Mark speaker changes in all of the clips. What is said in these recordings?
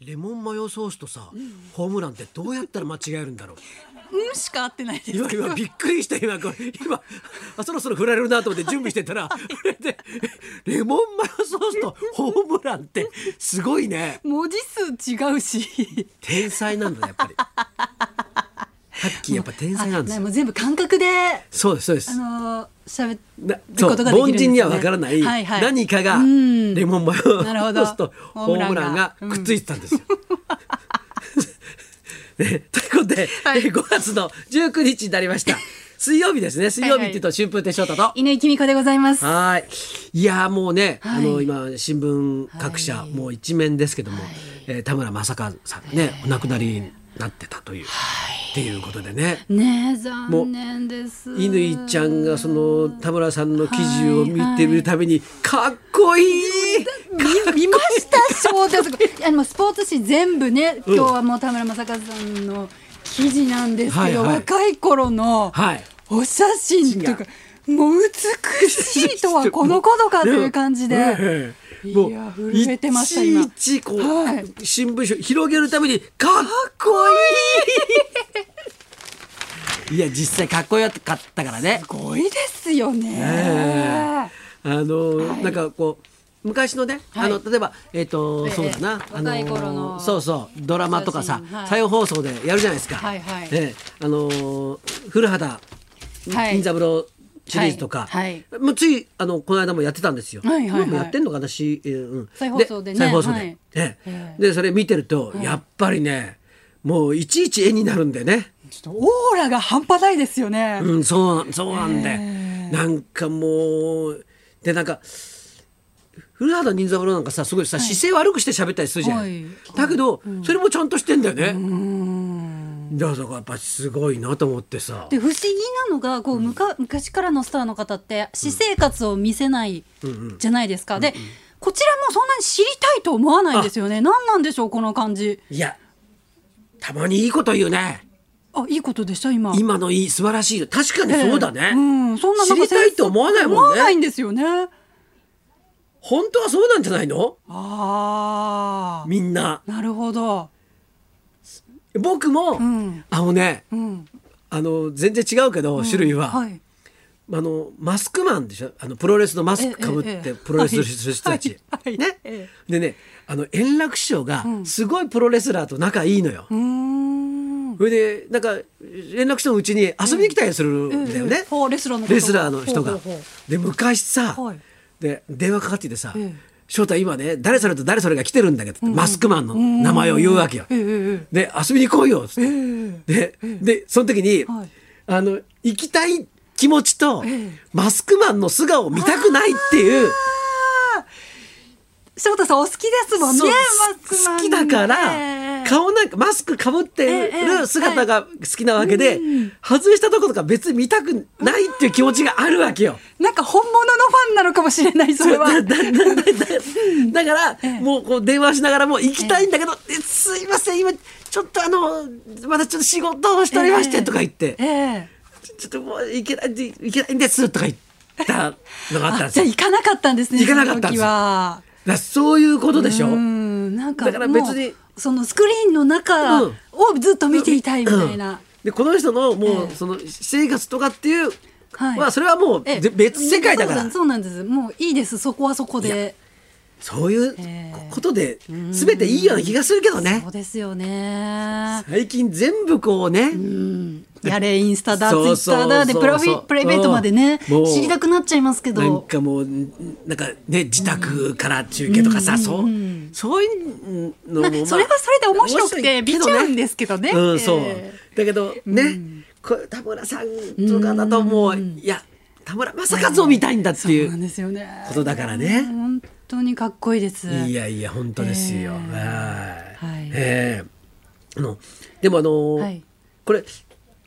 Speaker 1: レモンマヨソースとさ、ホームランってどうやったら間違えるんだ ろう
Speaker 2: うんしか合ってないですけど
Speaker 1: 今今びっくりした今これ今あそろそろ振られるなと思って準備してた らこれでレモンマヨソースとホームランってすごいね
Speaker 2: 文字数違うし
Speaker 1: 天才なんだねやっぱりハッキーやっぱ天才なんです
Speaker 2: あ
Speaker 1: よ
Speaker 2: もう全部感覚で
Speaker 1: そうですそうです
Speaker 2: あの喋っ
Speaker 1: な
Speaker 2: る
Speaker 1: そう
Speaker 2: ことができるん
Speaker 1: 凡
Speaker 2: ですね
Speaker 1: 人にはわからない
Speaker 2: はいはい
Speaker 1: 何かが
Speaker 2: うん
Speaker 1: レモンマヨソ
Speaker 2: なるほど
Speaker 1: ースとホームランが
Speaker 2: ホームランが
Speaker 1: くっついてたんですよ。 ねということで、
Speaker 2: はい
Speaker 1: えー5月の19日になりま した。水曜日ですね。水曜日っていうと春風亭昇太と。は
Speaker 2: 犬井君子でございます
Speaker 1: ーい。いやーもうね、
Speaker 2: はい
Speaker 1: あの今新聞各社、
Speaker 2: はい
Speaker 1: もう一面ですけども、
Speaker 2: はい
Speaker 1: えー田村正和さんね、お亡くなりになってたという、っていうことでね。
Speaker 2: ねえ残念です
Speaker 1: 乾ちゃんがその田村さんの記事を見てみるたびにかっこいい
Speaker 2: 見見ました翔太さんあのスポーツ紙全部ね
Speaker 1: うん
Speaker 2: 今日はもう田村正和さんの記事なんですけど、
Speaker 1: はいはい
Speaker 2: 若い頃の
Speaker 1: はい
Speaker 2: お写真とかもう美しいとはこのことかという感じ
Speaker 1: ね
Speaker 2: で
Speaker 1: え
Speaker 2: いや震えてました今
Speaker 1: いちいちこう、
Speaker 2: はい
Speaker 1: 新聞紙を広げるためにかっ こいいいや実際かっこよかったからね
Speaker 2: すごいですよね。
Speaker 1: ねあの、なんかこう昔のね、
Speaker 2: はい
Speaker 1: あの例えばえっ、と、
Speaker 2: ええ
Speaker 1: そうだな、あの
Speaker 2: 若い頃の
Speaker 1: そうそうドラマとかさ
Speaker 2: 写、真はい
Speaker 1: 再放送でやるじゃないですか。
Speaker 2: はいはい
Speaker 1: ええあの古畑
Speaker 2: はい
Speaker 1: 任三郎シリーズとか、
Speaker 2: はい
Speaker 1: もうついあのこの間もやってたんですよ。
Speaker 2: はいはいはい
Speaker 1: 今もやってんのかなし、えーうん、
Speaker 2: 再放送でね
Speaker 1: 再放送で、
Speaker 2: はい
Speaker 1: ええ
Speaker 2: ええ
Speaker 1: でそれ見てると、やっぱりね、もういちいち絵になるんでね。
Speaker 2: ちょっとオーラが半端ないですよね。
Speaker 1: うん、そう、そうなんで、
Speaker 2: え
Speaker 1: なんかもう、で、なんか。古畑任三郎なんかさすごいさ、姿勢悪くして喋ったりするじゃん、
Speaker 2: はい
Speaker 1: だけど、それもちゃんとしてんだよね、だからだからやっぱすごいなと思ってさ
Speaker 2: で不思議なのがこうむか昔からのスターの方って私生活を見せないじゃないですか。でこちらもそんなに知りたいと思わないんですよね。何なんでしょうこの感じ。
Speaker 1: いやたまにいいこと言うね
Speaker 2: あいいことでした今。
Speaker 1: 今のいい素晴らしい確かにそうだね、
Speaker 2: ええうん、そんななん
Speaker 1: 知
Speaker 2: か
Speaker 1: りたいと思わないもんね
Speaker 2: 思わないんですよね。
Speaker 1: 本当はそうなんじゃないの
Speaker 2: あ
Speaker 1: みんな
Speaker 2: あ、なるほど。
Speaker 1: 僕も、
Speaker 2: うん
Speaker 1: あのね
Speaker 2: うん。
Speaker 1: あの全然違うけど、種類は、
Speaker 2: はい。
Speaker 1: あのマスクマンでしょあのプロレスのマスクかぶっ
Speaker 2: えええ
Speaker 1: て
Speaker 2: え
Speaker 1: プロレスする人たち
Speaker 2: はいはい。
Speaker 1: ね
Speaker 2: え
Speaker 1: でねあの円楽師匠がすごいプロレスラーと仲いいのよ。
Speaker 2: うーん。
Speaker 1: それでなんか円楽師匠のうちに遊びに来たりするんだよ
Speaker 2: えええ
Speaker 1: ね
Speaker 2: えほうレスラーのこと
Speaker 1: レスラーの人
Speaker 2: ほ
Speaker 1: が
Speaker 2: うほうほ。
Speaker 1: で昔さ
Speaker 2: はい
Speaker 1: で電話かかってきてさ
Speaker 2: ええ
Speaker 1: 「翔太今ね誰それと誰それが来てるんだけど」マスクマンの名前を言うわけよ。
Speaker 2: ええええ
Speaker 1: で遊びに来いよっつって、ででその時に、
Speaker 2: はい
Speaker 1: あの行きたい気持ちと、
Speaker 2: ええ
Speaker 1: マスクマンの素顔を見たくないっていう
Speaker 2: 翔太さんお好きですもんね。
Speaker 1: そう
Speaker 2: マスクマン
Speaker 1: 好きだから、
Speaker 2: ええ
Speaker 1: 顔なんかマスクかぶって
Speaker 2: えええ
Speaker 1: る
Speaker 2: え
Speaker 1: 姿が好きなわけで、外したとことか別に見たくないっていう気持ちがあるわけよ。
Speaker 2: なんか本物のファンなのかもしれないそ れは。
Speaker 1: だだだだだだから、
Speaker 2: え
Speaker 1: もうこう電話しながらもう行きたいんだけど、えすいません今ちょっとあのまだちょっと仕事をしておりましてとか言って、
Speaker 2: ええ
Speaker 1: ちょちょっともう行けないで行けないんですとか言ったのがあったん
Speaker 2: あ
Speaker 1: です
Speaker 2: じゃ
Speaker 1: よ
Speaker 2: あ。行かなかったんですね。
Speaker 1: 行かなかったんです
Speaker 2: その時は。
Speaker 1: だからそういうことでしょ。
Speaker 2: うんなんか
Speaker 1: だから別に
Speaker 2: もうそのスクリーンの中
Speaker 1: う
Speaker 2: を
Speaker 1: ん
Speaker 2: ずっと見ていたいみたい
Speaker 1: うん
Speaker 2: な。
Speaker 1: でこの人のも
Speaker 2: え
Speaker 1: う
Speaker 2: え
Speaker 1: その私生活とかっていう、
Speaker 2: はい
Speaker 1: まあそれはもう
Speaker 2: ええ
Speaker 1: ぜ別世界だから、
Speaker 2: そうなんですそうなんですもういいですそこはそこで
Speaker 1: そういう
Speaker 2: ええ
Speaker 1: ことで全ていいような気がするけどね
Speaker 2: そう。ですよね
Speaker 1: 最近全部こうね、
Speaker 2: やれインスタだツイ
Speaker 1: そう
Speaker 2: ッ
Speaker 1: そう
Speaker 2: ターだでプラフ
Speaker 1: そうそ
Speaker 2: ィ
Speaker 1: う
Speaker 2: プライベートまでね
Speaker 1: うんもう
Speaker 2: 知りたくなっちゃいますけ
Speaker 1: なん
Speaker 2: ど
Speaker 1: かもうなんかね自宅から中継とかさ、そうそういうのも、
Speaker 2: まあそれはそれで面白くて見ちゃうんですけどね
Speaker 1: うん、そう
Speaker 2: え
Speaker 1: だけどね、こう田村さんとかだともう、いや田村正和を見たいんだってい
Speaker 2: そう
Speaker 1: う
Speaker 2: なんですよね
Speaker 1: ことだからね。
Speaker 2: 本当にかっこいいです
Speaker 1: いやいや本当ですよ。
Speaker 2: えー
Speaker 1: はい
Speaker 2: はい
Speaker 1: えーあのでもあのー
Speaker 2: はい
Speaker 1: これ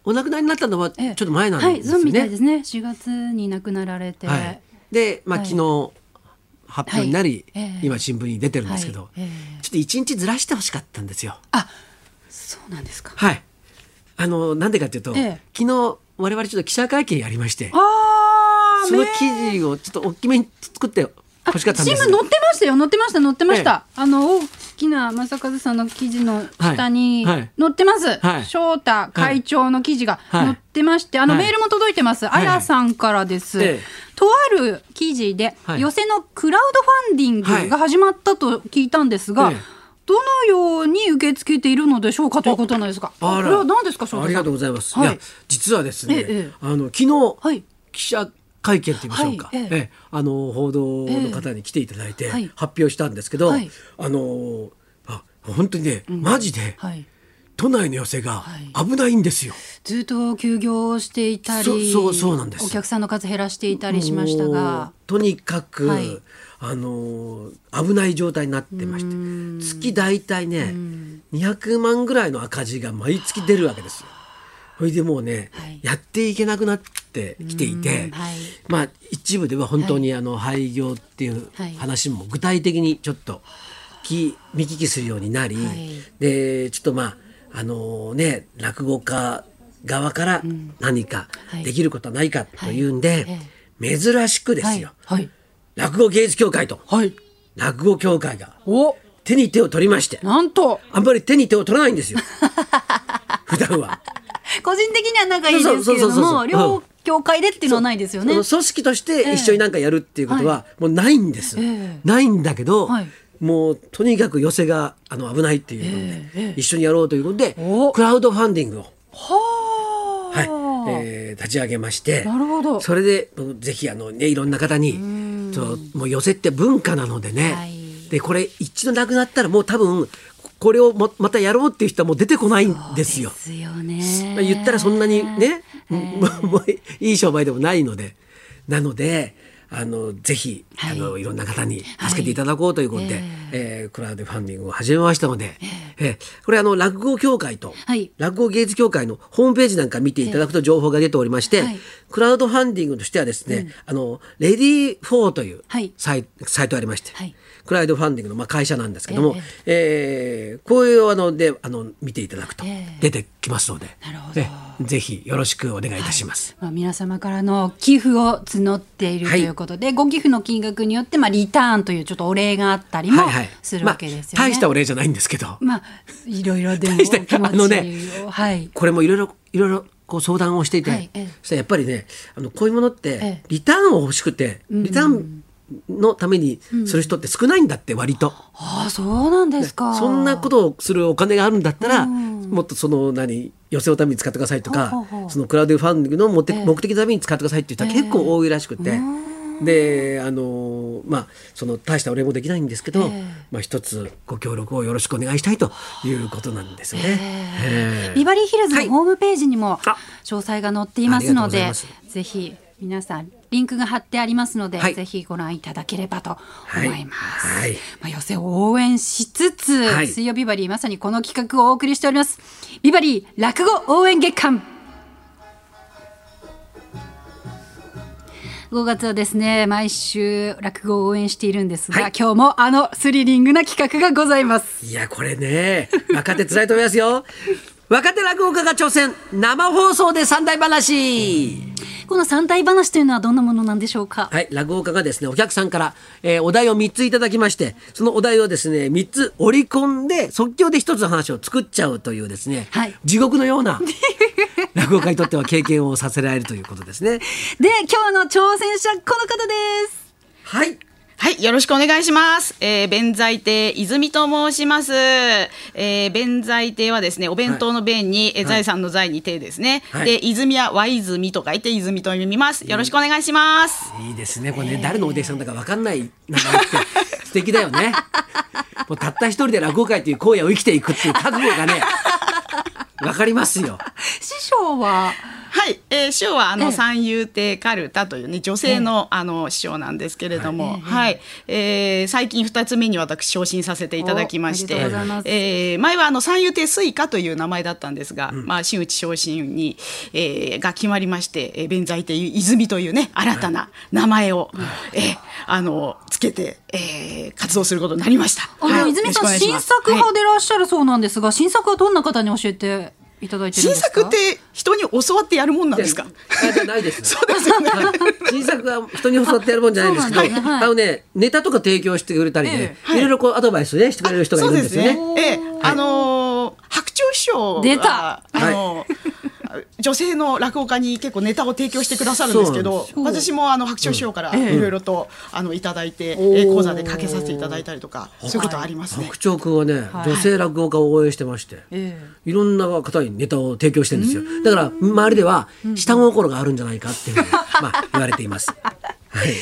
Speaker 1: お亡くなりになったのはちょ
Speaker 2: ええ
Speaker 1: っと前なん
Speaker 2: は
Speaker 1: で
Speaker 2: い
Speaker 1: す
Speaker 2: そ
Speaker 1: よ
Speaker 2: うみ
Speaker 1: ね。
Speaker 2: たいですね4月に亡くなられて
Speaker 1: はいでまあ、
Speaker 2: はい
Speaker 1: 昨日発表になり、
Speaker 2: はいええ
Speaker 1: 今新聞に出てるんですけど、
Speaker 2: はいええ
Speaker 1: ちょっと一日ずらしてほしかったんですよ。
Speaker 2: あそうなんですか
Speaker 1: はい。あのなんでかというと、
Speaker 2: ええ
Speaker 1: 昨日我々ちょっと記者会見やりまして、
Speaker 2: あー
Speaker 1: その
Speaker 2: ね
Speaker 1: 記事をちょっと大きめに作って
Speaker 2: あ
Speaker 1: ほしかったんです
Speaker 2: 新聞載ってましたよ載ってました載ってました、あの大きな正和さんの記事の下に
Speaker 1: はいはい
Speaker 2: 載ってます、
Speaker 1: はい
Speaker 2: 翔太会長の記事が
Speaker 1: はい
Speaker 2: 載ってまして、あの
Speaker 1: はい
Speaker 2: メールも届いてます、
Speaker 1: はい
Speaker 2: あやさんからです、
Speaker 1: ええ
Speaker 2: とある記事で、
Speaker 1: はい
Speaker 2: 寄せのクラウドファンディングが始まったと聞いたんですが、
Speaker 1: はいええ
Speaker 2: どのように受け付けているのでしょうかということなんですがこ
Speaker 1: あら
Speaker 2: れは何ですか翔
Speaker 1: あ
Speaker 2: 太
Speaker 1: り
Speaker 2: さ
Speaker 1: が
Speaker 2: ん
Speaker 1: とうございます。
Speaker 2: はい
Speaker 1: い、や実はですね、
Speaker 2: ええええ
Speaker 1: あの昨日、
Speaker 2: はい
Speaker 1: 記者会見と言いましょうか、
Speaker 2: はいええ
Speaker 1: ええあの報道の方に来ていただいて
Speaker 2: えはい
Speaker 1: 発表したんですけど、
Speaker 2: はい
Speaker 1: あのあ本当にね、マジで
Speaker 2: はい、
Speaker 1: 都内の寄せが
Speaker 2: は
Speaker 1: 危ないんですよ。
Speaker 2: ずっと休業していたり
Speaker 1: そうそうそうなんです
Speaker 2: お客さんの数減らしていたりしました
Speaker 1: も
Speaker 2: が
Speaker 1: う。とにかく、
Speaker 2: はい
Speaker 1: あの危ない状態になってまして月大体ね200万ぐらいの赤字が毎月出るわけですよ。それでもうね、
Speaker 2: はい
Speaker 1: やっていけなくなってきていて、
Speaker 2: うんはい
Speaker 1: まあ一部では本当にあの廃業っていう
Speaker 2: はい
Speaker 1: 話も具体的にちょっとき見聞きするようになり、
Speaker 2: はい
Speaker 1: でちょっとまああのね落語家側から何か
Speaker 2: はい
Speaker 1: できることはないかというんで、
Speaker 2: え
Speaker 1: 珍しくですよ、
Speaker 2: はい。
Speaker 1: 落語芸術協会と
Speaker 2: はい。
Speaker 1: 落語協会が
Speaker 2: お、
Speaker 1: 手に手を取りまして
Speaker 2: なんと。
Speaker 1: あんまり手に手を取らないん ですよ普段は。
Speaker 2: 個人的には仲いいですけれど
Speaker 1: そうそうそうそうそ
Speaker 2: も、
Speaker 1: う
Speaker 2: 両協会でっていうのはないですよね
Speaker 1: その。組織として一緒になんかやるっていうことはもうないんです、
Speaker 2: ええ
Speaker 1: ないんだけど、
Speaker 2: はい
Speaker 1: もうとにかく寄せがあの危ないっていうので、
Speaker 2: ええええ
Speaker 1: 一緒にやろうということで
Speaker 2: お
Speaker 1: クラウドファンディングを、
Speaker 2: は
Speaker 1: はいえー立ち上げまして
Speaker 2: なるほど
Speaker 1: それでもうぜひあの、ね、いろんな方にそうもう寄せって文化なのでね、
Speaker 2: はい
Speaker 1: でこれ一度なくなったらもう多分これをもまたやろうっていう人はもう出てこないんですよ。
Speaker 2: ですよね。
Speaker 1: まあ、言ったらそんなにね、もう もういい商売でもないのでなのであのぜひ、
Speaker 2: はい
Speaker 1: い、あのいろんな方に助けていただこうということで、
Speaker 2: はい
Speaker 1: えークラウドファンディングを始めましたので、えーこれあの落語協会と、
Speaker 2: はい
Speaker 1: 落語芸術協会のホームページなんか見ていただくと情報が出ておりまして、
Speaker 2: はい
Speaker 1: クラウドファンディングとしてはですね、あのレディーフォーという
Speaker 2: はい
Speaker 1: サイ,、サイトがありまして、
Speaker 2: はい
Speaker 1: クラウドファンディングのまあ会社なんですけども、え
Speaker 2: ええ
Speaker 1: ーこういうあのであの見ていただくと
Speaker 2: ええ
Speaker 1: 出てきますので。
Speaker 2: なるほど
Speaker 1: ええぜひよろしくお願いいたします。
Speaker 2: まあ、皆様からの寄付を募っていると
Speaker 1: はい
Speaker 2: いうことで、ご寄付の金額によって、まあ、リターンというちょっとお礼があったりもするわけですよね。
Speaker 1: まあ、大したお礼じゃないんですけど、
Speaker 2: まあ、いろいろでもお
Speaker 1: 大
Speaker 2: 気
Speaker 1: した
Speaker 2: 持ちを、
Speaker 1: あのね
Speaker 2: はい。
Speaker 1: これもいろいろいろいろこう相談をしていて、
Speaker 2: はいええ
Speaker 1: そしたらやっぱりね、あのこういうものっ
Speaker 2: ええ
Speaker 1: てリターンを欲しくて、リターンのためにする人って少ないんだって割と。
Speaker 2: ああ、そうなんですか。
Speaker 1: そんなことをするお金があるんだったら、
Speaker 2: うん
Speaker 1: もっとその何寄せのために使ってくださいとか
Speaker 2: ほうほうほう
Speaker 1: そのクラウドファンディングの目的,、
Speaker 2: ええ
Speaker 1: 目的のために使ってくださいって言ったら結構多いらしくて、
Speaker 2: うん
Speaker 1: であのまあその大したお礼もできないんですけど、
Speaker 2: ええ
Speaker 1: まあ、一つご協力をよろしくお願いしたいということなんですよね。ええ
Speaker 2: ビバリーヒルズのホームページにも
Speaker 1: あ
Speaker 2: 詳細が載っていますので、
Speaker 1: ありがとうござい
Speaker 2: ぜひ皆さんリンクが貼ってありますので、
Speaker 1: はい
Speaker 2: ぜひご覧いただければと思います。
Speaker 1: はいはい
Speaker 2: まあ、寄せを応援しつつ、
Speaker 1: はい
Speaker 2: 水曜ビバリーまさにこの企画をお送りしております。ビバリー落語応援月間。5月はですね毎週落語を応援しているんですが、
Speaker 1: はい
Speaker 2: 今日もあのスリリングな企画がございます
Speaker 1: いやこれね若手つらいと思いますよ若手落語家が挑戦生放送で三大話、
Speaker 2: この三大話というのはどんなものなんでしょうか。
Speaker 1: はい、落語家がですね、お客さんから、えーお題を3ついただきまして、そのお題をですね、3つ折り込んで、即興で1つの話を作っちゃうというですね、
Speaker 2: はい
Speaker 1: 地獄のような落語家にとっては経験をさせられるということですね。
Speaker 2: で、今日の挑戦者、この方です。
Speaker 1: はい。
Speaker 3: はい、よろしくお願いします。えー、弁財亭泉と申します。えー、弁財亭はですね、お弁当の弁に、えー財産の財に亭ですね。
Speaker 1: はい
Speaker 3: で、泉は和泉と書いて泉と読みます。よろしくお願いします。
Speaker 1: いいですね。これね、誰のお弟子さんだか分かんない名前って素敵だよね。もうたった一人で落語界という荒野を生きていくっていう覚悟がね、分かりますよ。
Speaker 2: 師匠は、
Speaker 3: はい、えー、師匠はあ
Speaker 2: ええ
Speaker 3: の三遊亭カルタというね、女性の、あの師匠なんですけれども、はい、えー、最近二つ目に私昇進させていただきまし
Speaker 2: おあ
Speaker 3: て
Speaker 2: りがとうございます、
Speaker 3: えー前はあの三遊亭スイカという名前だったんですが、まあ真打ち昇進に、えーが決まりまして、えー、弁財亭泉というね新たな名前を、えーあのつけて、えー活動することになりました。
Speaker 2: あの、
Speaker 3: はい
Speaker 2: 泉
Speaker 3: よろしくお
Speaker 2: さん、
Speaker 3: 願いしま
Speaker 2: 新
Speaker 3: す
Speaker 2: 作
Speaker 3: はい
Speaker 2: 派でいらっしゃるそうなんですが、新作はどんな方に教えていただいてるん
Speaker 3: 新
Speaker 2: ですか
Speaker 3: 作って人に教わってやるもんなんですか。
Speaker 1: あじゃないです。
Speaker 3: そうですよね。
Speaker 1: はい新作は人に教わってやるもんじゃないですけど、
Speaker 2: そうなんですねはい
Speaker 1: あのねネタとか提供してくれたりね、
Speaker 3: ええはい
Speaker 1: いろいろこうアドバイスねしてくれる人がいるんですよね。
Speaker 3: そうですねええ、あのー白鳥師匠は
Speaker 2: 出た
Speaker 1: はい
Speaker 3: あのー女性の落語家に結構ネタを提供してくださるんですけ
Speaker 2: なん
Speaker 3: ど
Speaker 2: です
Speaker 3: 私もあの白鳥師匠からいろいろと、あのいただいて、ええ講座でかけさせていただいたりとかそういうことありますね
Speaker 1: 白。鳥くんはね、女性落語家を応援してまして、
Speaker 2: え
Speaker 1: い、ろんな方にネタを提供してるんですよ。だから周りでは下心があるんじゃないかっていうふうに、 まあ言われています。はい。
Speaker 2: では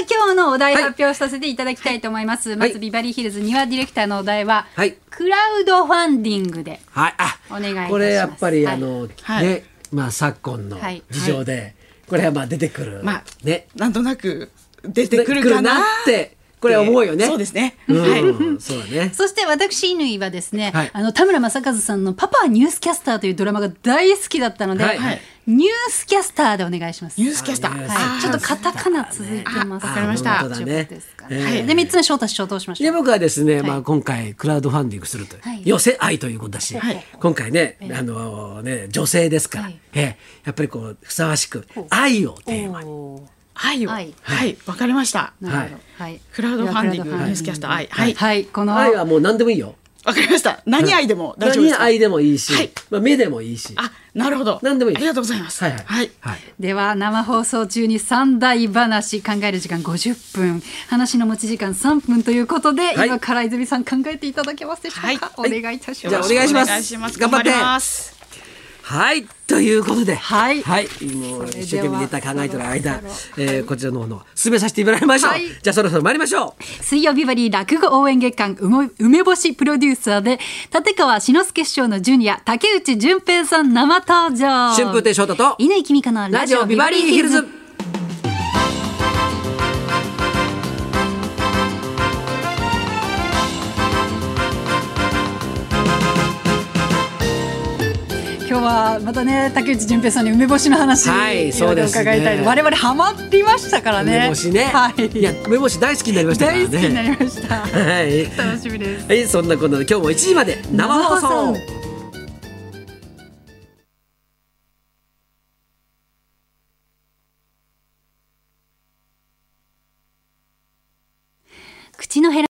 Speaker 2: 今日のお題
Speaker 1: はい
Speaker 2: 発表させていただきたいと思います、まずビバリーヒルズ庭ディレクターのお題は、
Speaker 1: はい
Speaker 2: クラウドファンディングで
Speaker 1: はい、あ、
Speaker 2: お願いいたします
Speaker 1: これやっぱり、
Speaker 2: はい
Speaker 1: あの、
Speaker 3: はい
Speaker 1: ね、まあ昨今の
Speaker 2: はい
Speaker 1: 事情で、これはまあ出てくる、
Speaker 3: まあ
Speaker 1: ね、
Speaker 3: なんとなく出てくるかな
Speaker 1: なって、これは思うよね。
Speaker 3: そうですね。
Speaker 1: うん
Speaker 3: はい。
Speaker 1: そうだね。
Speaker 2: そして私乾はですね、
Speaker 1: はい
Speaker 2: あの田村正和さんの「パパニュースキャスター」というドラマが大好きだったので、
Speaker 1: はい
Speaker 3: はい
Speaker 2: ニュースキャスターでお願いします
Speaker 3: ニュースキャスター。
Speaker 2: はい、ちょっとカタカナ続いて
Speaker 3: あわ
Speaker 2: ます。
Speaker 3: かりました
Speaker 1: 本当だね
Speaker 2: ですか
Speaker 1: え
Speaker 2: はいで、三つ目翔太師匠どうしまし
Speaker 1: で
Speaker 2: ょう。
Speaker 1: 僕はですね、まあ、今回クラウドファンディングすると、
Speaker 2: はい
Speaker 1: 寄せ愛ということだし、
Speaker 3: はい
Speaker 1: 今回ね,、あのね女性ですから、
Speaker 2: はい
Speaker 1: ええやっぱりこうふさわしく愛をテーマに
Speaker 2: おー
Speaker 3: はい。は
Speaker 2: はいい。
Speaker 3: はい。わかりました。
Speaker 2: なるほど。はい。
Speaker 3: クラウドファンディング、ニュースキャスター、はい。はい。
Speaker 2: はい、この。
Speaker 1: 愛はもう何でもいいよ
Speaker 3: わかりました。何愛でも大丈夫で
Speaker 1: 何
Speaker 3: すか。
Speaker 1: 愛でもいいし、
Speaker 3: はい
Speaker 1: まあ、目でもいいし
Speaker 3: あ、なるほど。
Speaker 1: 何でもいい
Speaker 3: ありがとうございます。
Speaker 1: はいはい
Speaker 3: はい。
Speaker 1: はい
Speaker 2: では生放送中に三大話考える時間50分話の持ち時間3分ということで、
Speaker 1: はい
Speaker 2: 今から泉さん考えていただけますでしょうか、
Speaker 3: は
Speaker 2: お願いいたし
Speaker 1: は
Speaker 2: ま
Speaker 1: じ
Speaker 2: す
Speaker 1: ゃあお願いします
Speaker 3: お願いします。
Speaker 1: 頑張って
Speaker 3: 頑張ります。
Speaker 1: はい、ということで、
Speaker 2: はい
Speaker 1: もう
Speaker 2: それでは
Speaker 1: 一生懸命ネタ考えてる
Speaker 2: そ
Speaker 1: 間
Speaker 2: ろ、
Speaker 1: えーこちらの方の進めさせていただきましょう。
Speaker 2: はい
Speaker 1: じゃあそろそろ参りましょ
Speaker 2: 水曜日バリー落語応援月間うも梅干しプロデューサーで立川志の輔師匠のジュニア竹内純平さん生登
Speaker 1: う。
Speaker 2: 場
Speaker 1: 春風亭昇太と
Speaker 2: 乾きみかの
Speaker 1: ラジオビバリーヒルズ。
Speaker 2: 今日はまたね竹内純平さんに梅干しの話
Speaker 1: はいそうですね
Speaker 2: 伺いたい、我々ハマっていましたからね
Speaker 1: 梅干しね。
Speaker 2: はい
Speaker 1: や梅干し大好きになりましたからね。
Speaker 2: 大好きになりました、
Speaker 1: はい。
Speaker 2: 楽しみです
Speaker 1: はい、そんなこんなで今日も1時まで生放
Speaker 2: 生放
Speaker 1: 送
Speaker 2: 送。口の減ら